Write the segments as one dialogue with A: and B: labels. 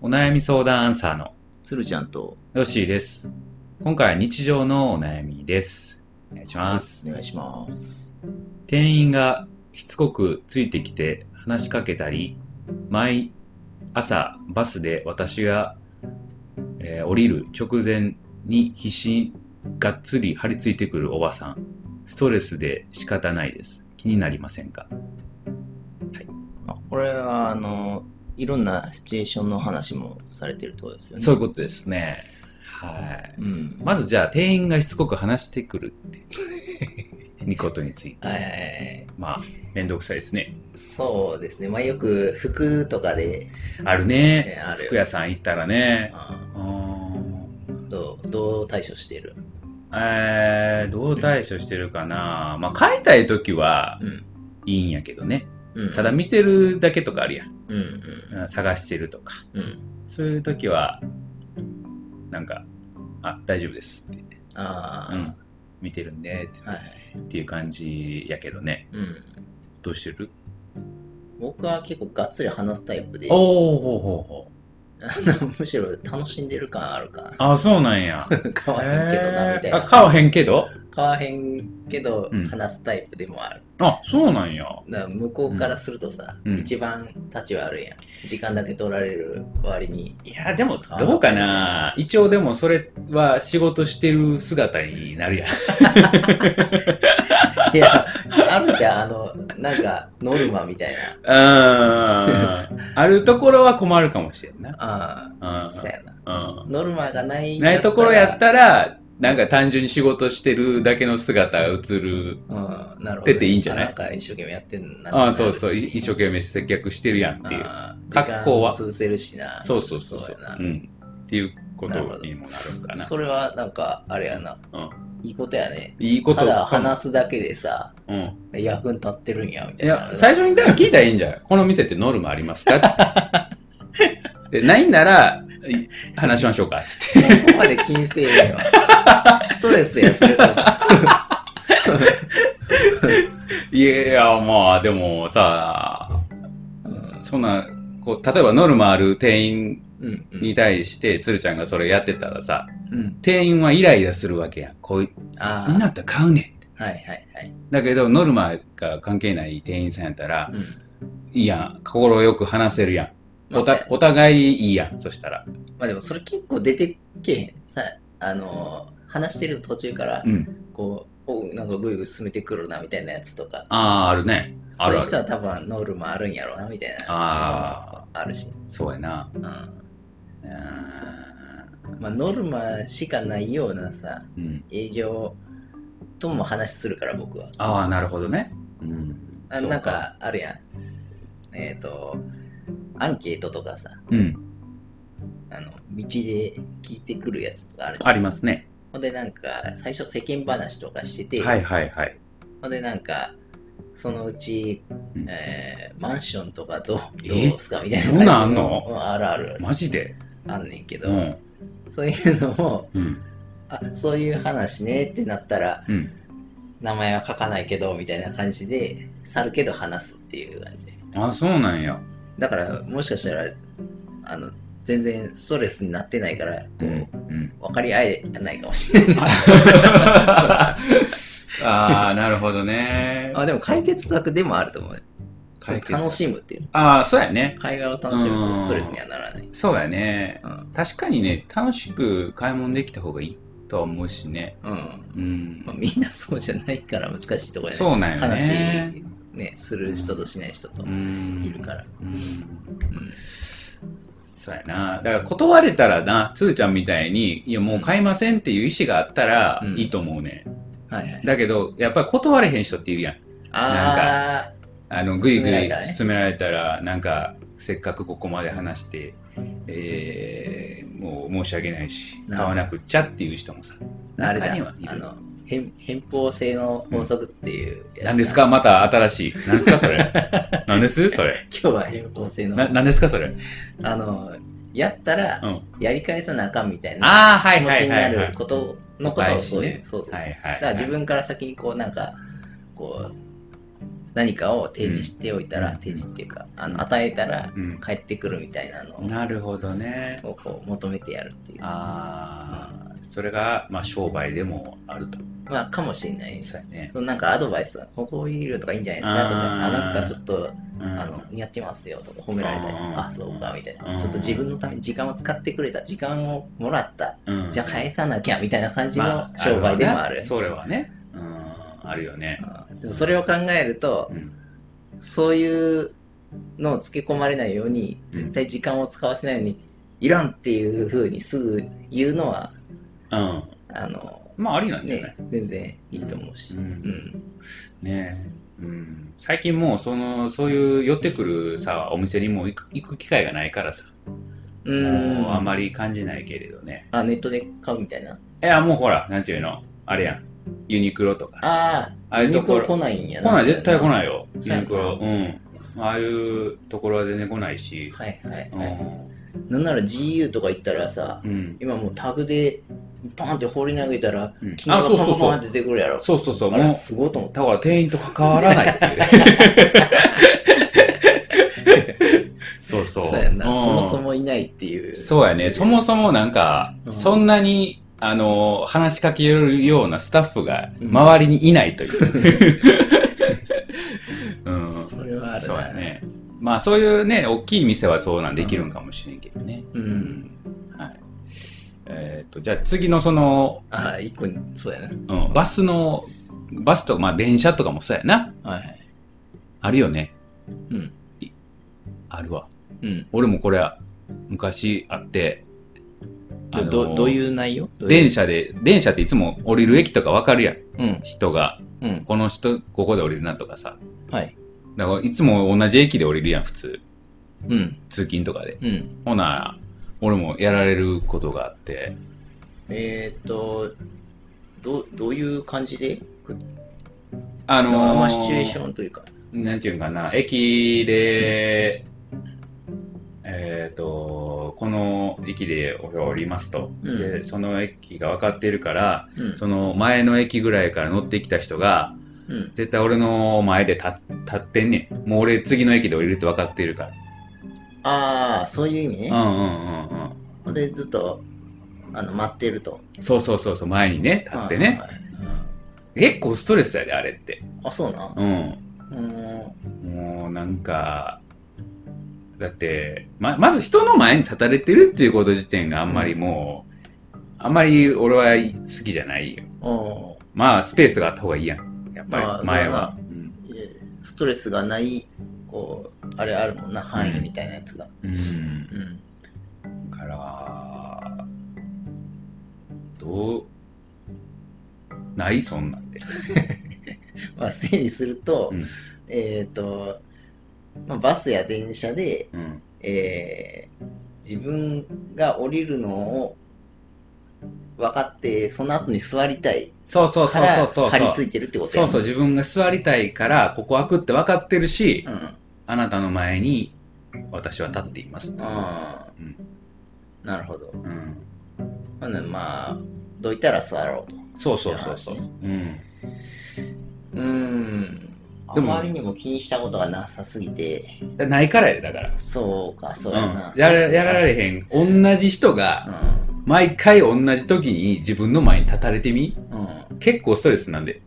A: お悩み相談アンサーの
B: 鶴ちゃんと
A: ヨッシーです。今回は日常のお悩みです。お願いします。
B: お願いします。
A: 店員がしつこくついてきて話しかけたり、毎朝バスで私が、えー降りる直前に必死にがっつり張り付いてくるおばさん。ストレスで仕方ないです。気になりませんか
B: あこれはあのいろんなシチュエーションの話もされてるってことですよね。
A: そういうことですね。はい。
B: うん。
A: まずじゃあ店員がしつこく話してくるって いうことについて。
B: はいはいはい
A: まあ、めんどくさいですね。
B: そうですね。まあよく服とかで、
A: あるね。
B: ねある
A: 服屋さん行ったらね。
B: あ
A: うーん
B: どうどう対処してる。
A: えー、どう対処してるかな。まあ、買いたいときは
B: うん。
A: いいんやけどね。
B: うん、
A: ただ見てるだけとかあるやん
B: うん
A: うん。探してるとか。
B: うんうん。
A: そういうときは、なんか、あ、大丈夫ですって。
B: ああ、
A: うん。見てるんでって
B: はいはい。
A: っていう感じやけどね。
B: うん。
A: どうしてる
B: 僕は結構がっつり話すタイプで、
A: おおほうほうほう。
B: むしろ楽しんでる感あるかな。
A: あ、そうなんや。
B: 買わへんけどな、みたい
A: えー
B: な。
A: あ、買わへんけど
B: 買わへんけど
A: うん、
B: 話すタイプでもある。
A: あ、そうなんや。
B: だから向こうからするとさ、
A: うん
B: 一番立ち悪いやん時間だけ取られる割に
A: いや、でも、どうかな。一応、でも、それは仕事してる姿になるやん。
B: いやあるじゃんあのなんかノルマみたいな
A: うん。 あるところは困るかもしれんな。
B: ああ
A: うん
B: そうやな
A: う
B: ノルマがない
A: ん。ないところやったたら、なんか単純に仕事してるだけの姿が映る。
B: うん、なるほど
A: 出ていいんじゃない
B: あなんか一生懸命やってんな
A: ああ、そうそう。い一
B: 懸
A: 生懸命接客してるやんっていう。格好
B: 格好
A: は
B: は潰せるしな
A: そうそうそうそう
B: やな。
A: うん。っていうことにもなるんかな。
B: それはなんかあれやな、
A: うん
B: いいことやね
A: いいこと
B: ただ
A: かも。
B: 話すだけでさ
A: うん。
B: 役に立ってるんやみた
A: い
B: いな
A: や、最初にだから聞いたらいいんじゃないこの店ってノルマありますかつ って。でないんなら、い話しましょうか。つって。
B: ここまで気にせえへんわ。ストレスや、それこ
A: いやいや、まあ、でもさ、
B: そ。うん。
A: そんな、こう、例えばノルマある店員
B: うん。
A: に対して、鶴ちゃんがそれやってたらさ、
B: うん。
A: 店員はイライラするわけやん。こいつ、
B: あー
A: そんなんやったら買うねんって。
B: はいはいはい。
A: だけど、ノルマが関係ない店員さんやったら、
B: うん。
A: いいやん。心よく話せるやん。
B: まあ、
A: おた
B: せ
A: お互いいいやん。そしたら。
B: まあでもそれ結構出てけへん。さ、あのー、話してる途中から
A: う、ん。
B: こう、おうなんかぐいぐい進めてくるな、みたいなやつとか。
A: ああ、あるね。あ
B: そう
A: る
B: い
A: あ
B: う
A: る
B: 人は多分ノルマあるんやろうな、みたいな。
A: あ
B: あるし。
A: そうやな。
B: うん。
A: うー
B: まあノルマしかないようなさ、
A: んうん。
B: 営業とも話するから、僕は。
A: ああ、なるほどね。うん。
B: あ
A: そう
B: なん、か、あるやん。えっ、と、アンケートとかさ、
A: うん。
B: あの、道で聞いてくるやつとかあるじゃ
A: あ
B: ん。
A: りますね。
B: ほんでなんか、最初世間話とかしてて、
A: はいはいはい。
B: ほんでなんか、そのうち、
A: うん
B: えーマンションとかどう
A: え
B: どうすかみたいな
A: そんなんあんの
B: うんあるある。
A: マジで
B: あんねんけど、
A: うん。
B: そういうのも、
A: うん。
B: あ、そういう話ねってなったら、
A: うん。
B: 名前は書かないけど、みたいな感じで、去るけど話すっていう感じ。
A: あ、そうなんや。
B: だから、もしかしたら、あの、全然ストレスになってないから、こう、
A: うん。
B: 分かり合えないかもしれない。
A: ああー、なるほどね。
B: あでも解決策でもあると思う。そ
A: 解
B: う
A: 決
B: 楽しむっていう。
A: ああ、そうやね。
B: 海外を楽しむとストレスにはならない。
A: そうやね。
B: うん。
A: 確かにね、楽しく買い物できた方がいいとは思うしね。
B: うん。
A: うん
B: まあ、。みんなそうじゃないから難しいところやね。
A: そうなんよ
B: 話
A: ね。、
B: ね、する人としない人と
A: うん
B: いるから。
A: うん
B: うん。
A: そうやな。だから断れたらな、つーちゃんみたいに、いやもう買いませんっていう意思があったら
B: うん
A: いいと思うね。
B: はいはい。
A: だけど、やっぱり断れへん人っているやん。
B: あ
A: あのぐいぐ
B: 勧めら
A: い
B: れたらね
A: 勧められたら、なんかせっかくここまで話して、えーもう申し訳ないし買
B: なるほど
A: わなくっちゃっていう人もさ
B: ー、あれ
A: 中
B: だ
A: にはい。
B: あ
A: る
B: の、偏偏方性の法則っていうやつだ
A: 何ですかまた新しい何ですかそ れ何ですそれ
B: 今日は偏方性の法
A: な
B: 則。
A: 何ですかそれ、
B: あの、やった
A: う
B: ら、
A: ん、
B: やり返さなあかんみたいな
A: ああは
B: 気
A: い
B: 持
A: はい
B: ちに
A: は
B: ない
A: はい
B: ることのことをそう
A: お返し
B: い
A: ね
B: う、そうそう
A: は。いはい
B: だから自分から先にこうなんかこう何かを提示しておいたら、
A: うん
B: 提示っていうかあの与えたら
A: うん
B: 帰ってくるみたいなの
A: なるほどね。
B: をこう求めてやるっていう
A: ああ、それが、まあ、商売でもあると。
B: まあかもしれない
A: そうやね。
B: そのなんかアドバイスはここいるとかいいんじゃないですかとか
A: あー
B: あなんかちょっと
A: うん
B: あの似合ってますよとか褒められた
A: う
B: りとか
A: ん
B: あそうかみたいうなんちょっと自分のために時間を使ってくれた時間をもらった
A: うん
B: じゃあ返さなきゃみたいな感じの
A: まあ
B: 商売でもあ
A: わ
B: る
A: なそれはね。うん、あるよね。
B: うんでもそれを考えると
A: うん、
B: そういうのをつけ込まれないように絶対時間を使わせないようにいらんっていうふうにすぐ言うのは
A: うん、
B: あの
A: まあ、ありなんじゃない
B: ね全然いいと思うし
A: う
B: うんん
A: ねえうん、最近もうそのそういう寄ってくるさお店にもう行く行く機会がないからさ、
B: うん
A: もうあまり感じないけれどね
B: あネットで買うみたいない
A: やもうほらなんていうのあれやんユニクロとかさ
B: あ
A: あ
B: あ
A: あいうとこ
B: ユニ
A: ろ
B: クロ来ないんや
A: 来ない絶対来
B: い
A: ないよ
B: そう
A: ユ
B: や
A: ニ
B: な
A: クロうんああいうところは全然来ないし、
B: はいはい、
A: うん
B: はい、なんなら GU とか行ったらさ
A: うん
B: 今もうタグでバーンって放り投げたら
A: うん
B: 金
A: あ
B: 額
A: そう
B: が
A: そう
B: パン
A: そ
B: パンっ
A: う
B: て出てくるやろ
A: そうそうそう
B: あ
A: もう
B: れ
A: だ
B: すごいと思った
A: から店員と関わらないって いうそうそう
B: そうやんな
A: うん
B: そもそもいないっていう
A: そうやね、そもそもなんか、
B: うん
A: そんなに、あの、話しかけるようなスタッフが
B: うん
A: 周りにいないと いう。うん。
B: それはあるな
A: そうやね。まあそういうね、大きい店はそうなんできるんかもしれんけどね。
B: うん
A: はい。えっ、と、じゃあ次のその、
B: ああ一個にそうやな
A: うん、バスの、バスとか、まあ電車とかもそうやな。
B: はいはい
A: あるよね。
B: うん
A: あるわ。
B: うん
A: 俺もこれ、昔あって、あの
B: どどういう内容どういう
A: 電車で電車っていつも降りる駅とか分かるやん
B: うん
A: 人が
B: うん
A: この人ここで降りるなとかさ
B: はい
A: だからいつも同じ駅で降りるやん普通
B: うん
A: 通勤とかで
B: うん
A: ほな俺もやられることがあって
B: えーっとどうどういう感じでく
A: あのー
B: まあシチュエーションというか
A: なんていうんかな駅でえっ、とこの駅で俺は降りますと、
B: うん
A: でその駅が分かってるから
B: うん
A: その前の駅ぐらいから乗ってきた人が
B: うん
A: 絶対俺の前で立立ってんねんもう俺次の駅で降りるって分かってるから
B: ああそういう意味
A: う
B: ね
A: んうんうんうん
B: ほんでずっとあの待ってると
A: そうそうそうそう前にね立って
B: はい
A: ね
B: はいはい
A: うん結構ストレスやであれって
B: あそうな
A: うん
B: うん
A: もうなんかだってままず人の前に立たれてるっていうこと自体があんまりもう、あんまり俺は好きじゃないよ
B: うん
A: まあスペースがあった方がいいやんやっ
B: ま
A: ぱ
B: あ
A: り前
B: まあ
A: は
B: ま、
A: うん
B: ストレスがないこうあれあるもんな範囲みたいなやつが
A: うん
B: うん
A: からどうないそんなんて、
B: まあ整理すると、
A: うん
B: えっ、と、まあ、バスや電車で、
A: うん、
B: えー自分が降りるのを分かってその後に座りたい
A: そうそう
B: か
A: そうそ
B: ら
A: うそう
B: 張り
A: そ
B: 付
A: う
B: いてるってこと
A: そう
B: や
A: そう自分が座りたいからここ開くって分かってるし、
B: うん
A: あなたの前に私は立っています、
B: あ
A: う
B: ー
A: ん
B: なるほど
A: うん、
B: まあねまあどいたら座ろうと
A: そうそうそうそう、
B: いや
A: うん、
B: うんあ
A: でも
B: まりにも気にしたことがなさすぎて
A: だないからやでだから、
B: そうか、そううやな。
A: ん、や
B: そうそう
A: らやられへん同じ人が毎回同じ時に自分の前に立たれてみ
B: うん。う
A: 結構ストレスなんで、
B: ん。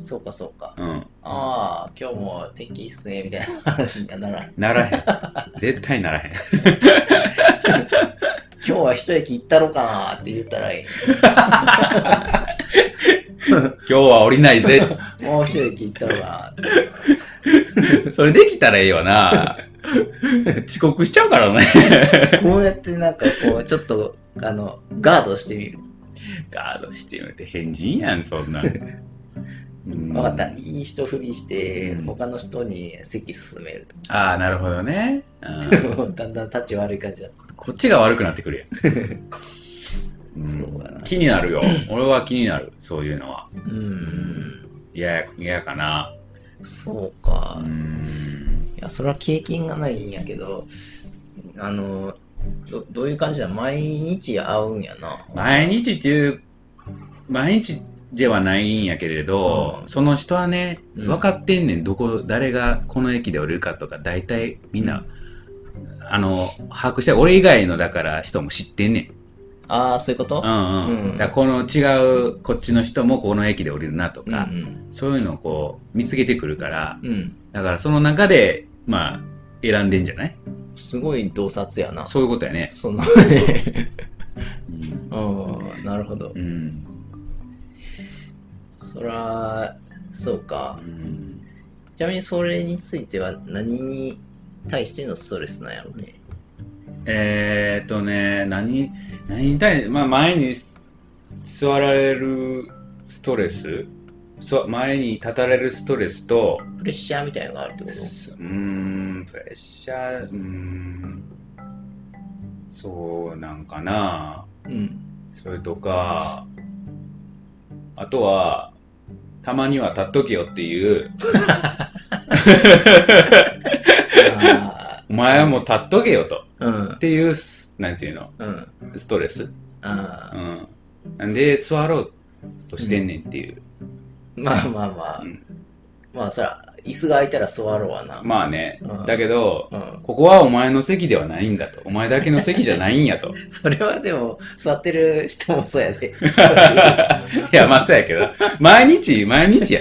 B: そうか、そうか。
A: うん、
B: ああ、今日も天気いいっすね、みたいな話にはならん。
A: ならへん 絶対ならへん
B: 今日は一駅行ったろかなって言ったらいい。
A: 今日は降りないぜ
B: もう一駅行ったろかなって。
A: それできたらええわな 遅刻しちゃうからね
B: こうやってなんかこう、ちょっと、あの、ガードしてみる。
A: ガードしてみて変人やんそん なん分
B: わかった。いい人ふりして
A: う、ん
B: 他の人に席進める
A: ああなるほどねあ
B: と。
A: ー
B: もうだんだん立ち悪い感じだった。
A: こっちが悪くなってくる やんん
B: そうだな
A: 気になるよ 俺は気になるそういうのは
B: うん。
A: 嫌や嫌やかな
B: そうか。
A: うん
B: いや、それは経験がないんやけど、あの、どどういう感じだ毎日会うんやな。
A: 毎日っていう毎日ではないんやけれど、
B: うん
A: その人はね
B: うん
A: 分かってんねんどこ誰がこの駅で降りるかとか大体みんな、あの把握して俺以外のだから人も知ってんねん
B: ああ、そういうこと
A: うんうん
B: うん
A: だからこの違うこっちの人もこの駅で降りるなと
B: うんう
A: か、
B: ん。
A: そういうのをこう見つけてくるから
B: うん。
A: だからその中でまあ選んでんじゃない
B: すごい洞察やな。
A: そういうことやね、
B: その
A: うん
B: うん、なるほど
A: う。ん
B: そら、そうか
A: う。ん
B: ちなみにそれについては何に対してのストレスなんやろうね。
A: えー、っとね何何に対して、まあ、前に座られるストレスそ前に立たれるストレスと
B: プレッシャーみたいなのがあるってこ
A: う
B: と
A: ーんプレッシャーうーんそうなんかな
B: うん。
A: それとかあとはたまには立っとけよっていう
B: あ
A: お前はもう立っとけよと
B: ーうん
A: っ。ていうすなんていうの
B: うん。
A: ストレス
B: あ
A: う
B: ー
A: ん、なんで座ろうとしてんねんっていう、
B: まあまあまあ
A: う。ん
B: まあそら、椅子が空いたら座ろうわな。
A: まあね、
B: うん
A: だけど
B: うん。
A: ここはお前の席ではないんだとお前だけの席じゃないんやと
B: それはでも、座ってる人もそうやで。
A: いやまあそうやけど毎日毎日や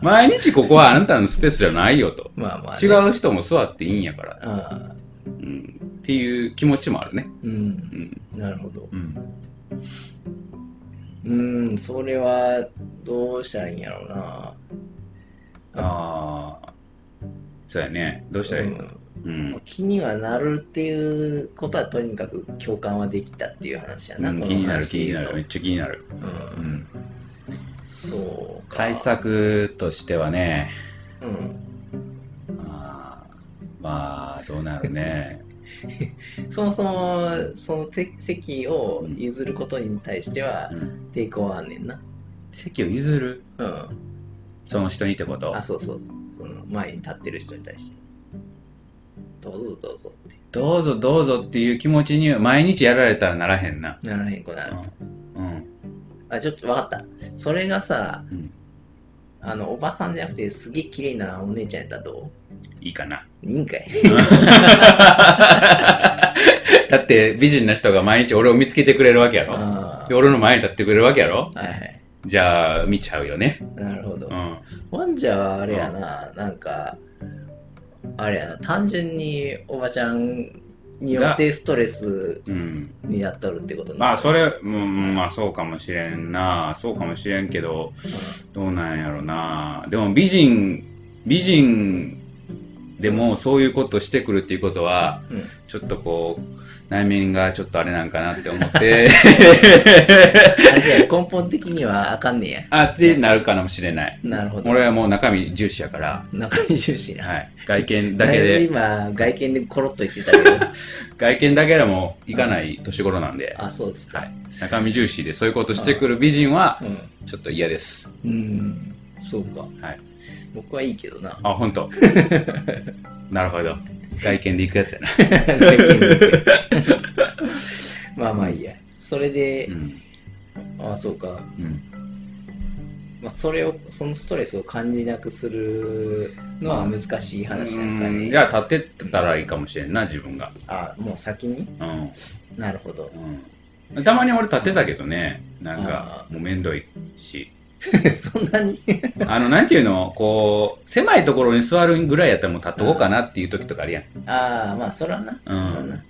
A: 毎日ここはあなたのスペースじゃないよと
B: まあまあ、
A: 違
B: う。
A: う人も座っていいんやから、
B: あ
A: うん、っていう気持ちもあるね
B: ー
A: う
B: う。
A: んん
B: なるほど。
A: うん
B: うーん、それはどうしたらいいんやろうな。
A: ああそうやねどうしたらいいのうん、うん
B: 気にはなるっていうことはとにかく共感はできたっていう話やな、この
A: 気になる
B: 話
A: 気
B: で
A: に
B: 言
A: な
B: う
A: る
B: と
A: めっちゃ気になる、う
B: うん、
A: ん、
B: そうか
A: 対策としてはね
B: うん、
A: あーまあどうなる ね
B: そもそもそのて席を譲ることに対しては
A: うん
B: 抵抗はあんねんな
A: 席を譲る
B: うん
A: その人にってこと
B: あそうそうその前に立ってる人に対してどうぞどうぞっ
A: どうぞどうぞっていう気持ちには毎日やられたらならへんな
B: てならへんくなる
A: うん、うん
B: あちょっとわかったそれがさ、
A: うん
B: あのおばさんじゃなくてすげえ綺麗なお姉ちゃんやったらど
A: いいかな
B: ういいんかい
A: だって美人な人が毎日俺を見つけてくれるわけやろ
B: あ
A: で俺の前に立ってくれるわけやろ
B: あはいはい
A: じゃあ見ちゃうよね
B: なるほど、
A: うん
B: ワンジャはあれやな、なんか、あれやな、単純におばちゃんによってストレス
A: うん
B: になっとるってことな
A: まあそれ、うん、まあそうかもしれんなそうかもしれんけどどうなんやろなでも美人美人でもそういうことしてくるっていうことは
B: うん
A: ちょっとこう内面がちょっとあれなんかなって思って
B: あじゃあ根本的にはあかんねや。
A: あってなるかもしれない
B: なるほど。
A: 俺はもう中身重視やから、
B: 中身重視な。
A: はい、外見だけ
B: だいぶ
A: で
B: 今、外見でコロッと言ってたけど、
A: 外見だけでもいかない年頃なんで、
B: あ、そうですか。
A: はい、中身重視でそういうことしてくる美人は
B: うん。
A: ちょっと嫌です
B: うん、そうか。
A: はい
B: 僕はいいけ どな。
A: あ本当なるほど外見で行くやつやな、
B: 外見で まあまあいいや。それで
A: う、ん
B: あ、そうか。
A: うん
B: まあ、それをそのストレスを感じなくするのは難しい話なんか
A: うん
B: ね
A: じゃあ立ってたらいいかもしれんな自分が、
B: あもう先に
A: うん
B: なる ほど
A: うん、たまに俺立ってたけどねなんか
B: あ
A: もうめんどいし
B: そんなに
A: あのなんていうのこう狭いところに座るぐらいやったらもう立っとこうかなっていう時とかあるやん、
B: ああまあそれは
A: う
B: な、
A: ん
B: そらな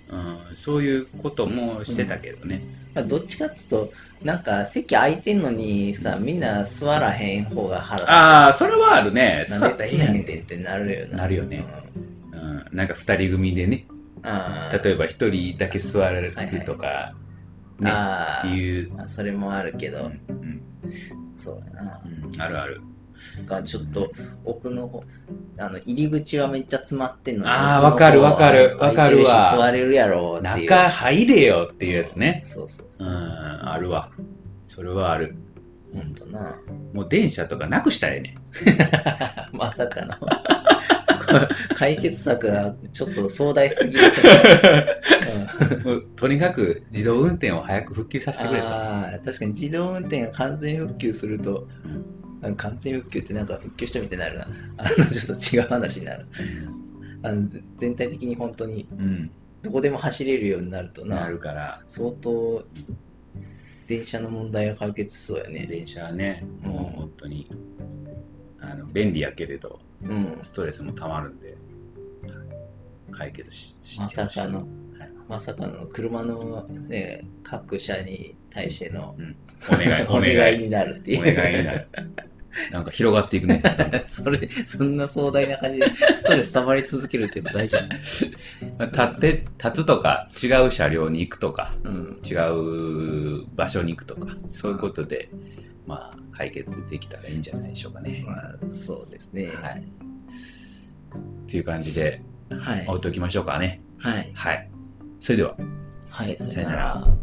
A: うんそういうこともしてたけどね、
B: まあ、どっちかっつうとなんか席空いてんのにさみんな座らへん方が腹立つ
A: ああそれはあるね
B: なんで
A: ら
B: 立てへんねんてってなるよな
A: なるよね、うん、なんか二人組でね
B: うんあー
A: 例えば一人だけ座れるとか、ね
B: あ
A: って
B: ー
A: いう、
B: まあそれもあるけど、
A: うんうん
B: そうやな
A: うん、あるある
B: なんかちょっと奥の方あの入り口はめっちゃ詰まってんのに
A: あーわかるわかる
B: 奥の方は空いてし
A: わかるわ
B: 座れるやろうっていう
A: 中入れよっていうやつね。
B: そうそう
A: う
B: そ
A: ん、
B: う。
A: あるわ。それはある。
B: ほんとな。
A: もう電車とかなくしたらええね
B: まさかの。 解決策がちょっと壮大すぎる。うん
A: とにかく自動運転を早く復旧させてくれと。
B: ああ、確かに自動運転が完全復旧すると、あの完全復旧ってなんか復旧したみたいになるな。あの、ちょっと違う話になる。あの、ぜ全体的に本当に
A: うん、
B: どこでも走れるようになると
A: な
B: な、
A: るから、
B: 相当電車の問題が解決しそうやね。
A: 電車はね、もう本当にあの便利やけれど、
B: うん。
A: ストレスもたまるんで、解決しして
B: ま
A: ほしい
B: さかの、
A: い
B: まさかの車の、ね、各社に対しての
A: お 願い、お
B: お
A: 願
B: 願い
A: い、
B: になるってい
A: お
B: う。
A: 願いにな る。なんか広がっていくね。
B: それ、そんな壮大な感じでストレス溜まり続けるって大事じゃない
A: 立って、立つとか、違う車両に行くとか、
B: うん。
A: 違う場所に行くとか、そういうことで、まあ、解決できたらいいんじゃないでしょうかね。
B: まあ、そうですね。
A: は。
B: はい
A: っていう感じで、
B: い。は
A: 置
B: い。
A: いておきましょうかね。
B: はい。
A: はい。それでは。
B: はい、
A: さよなら。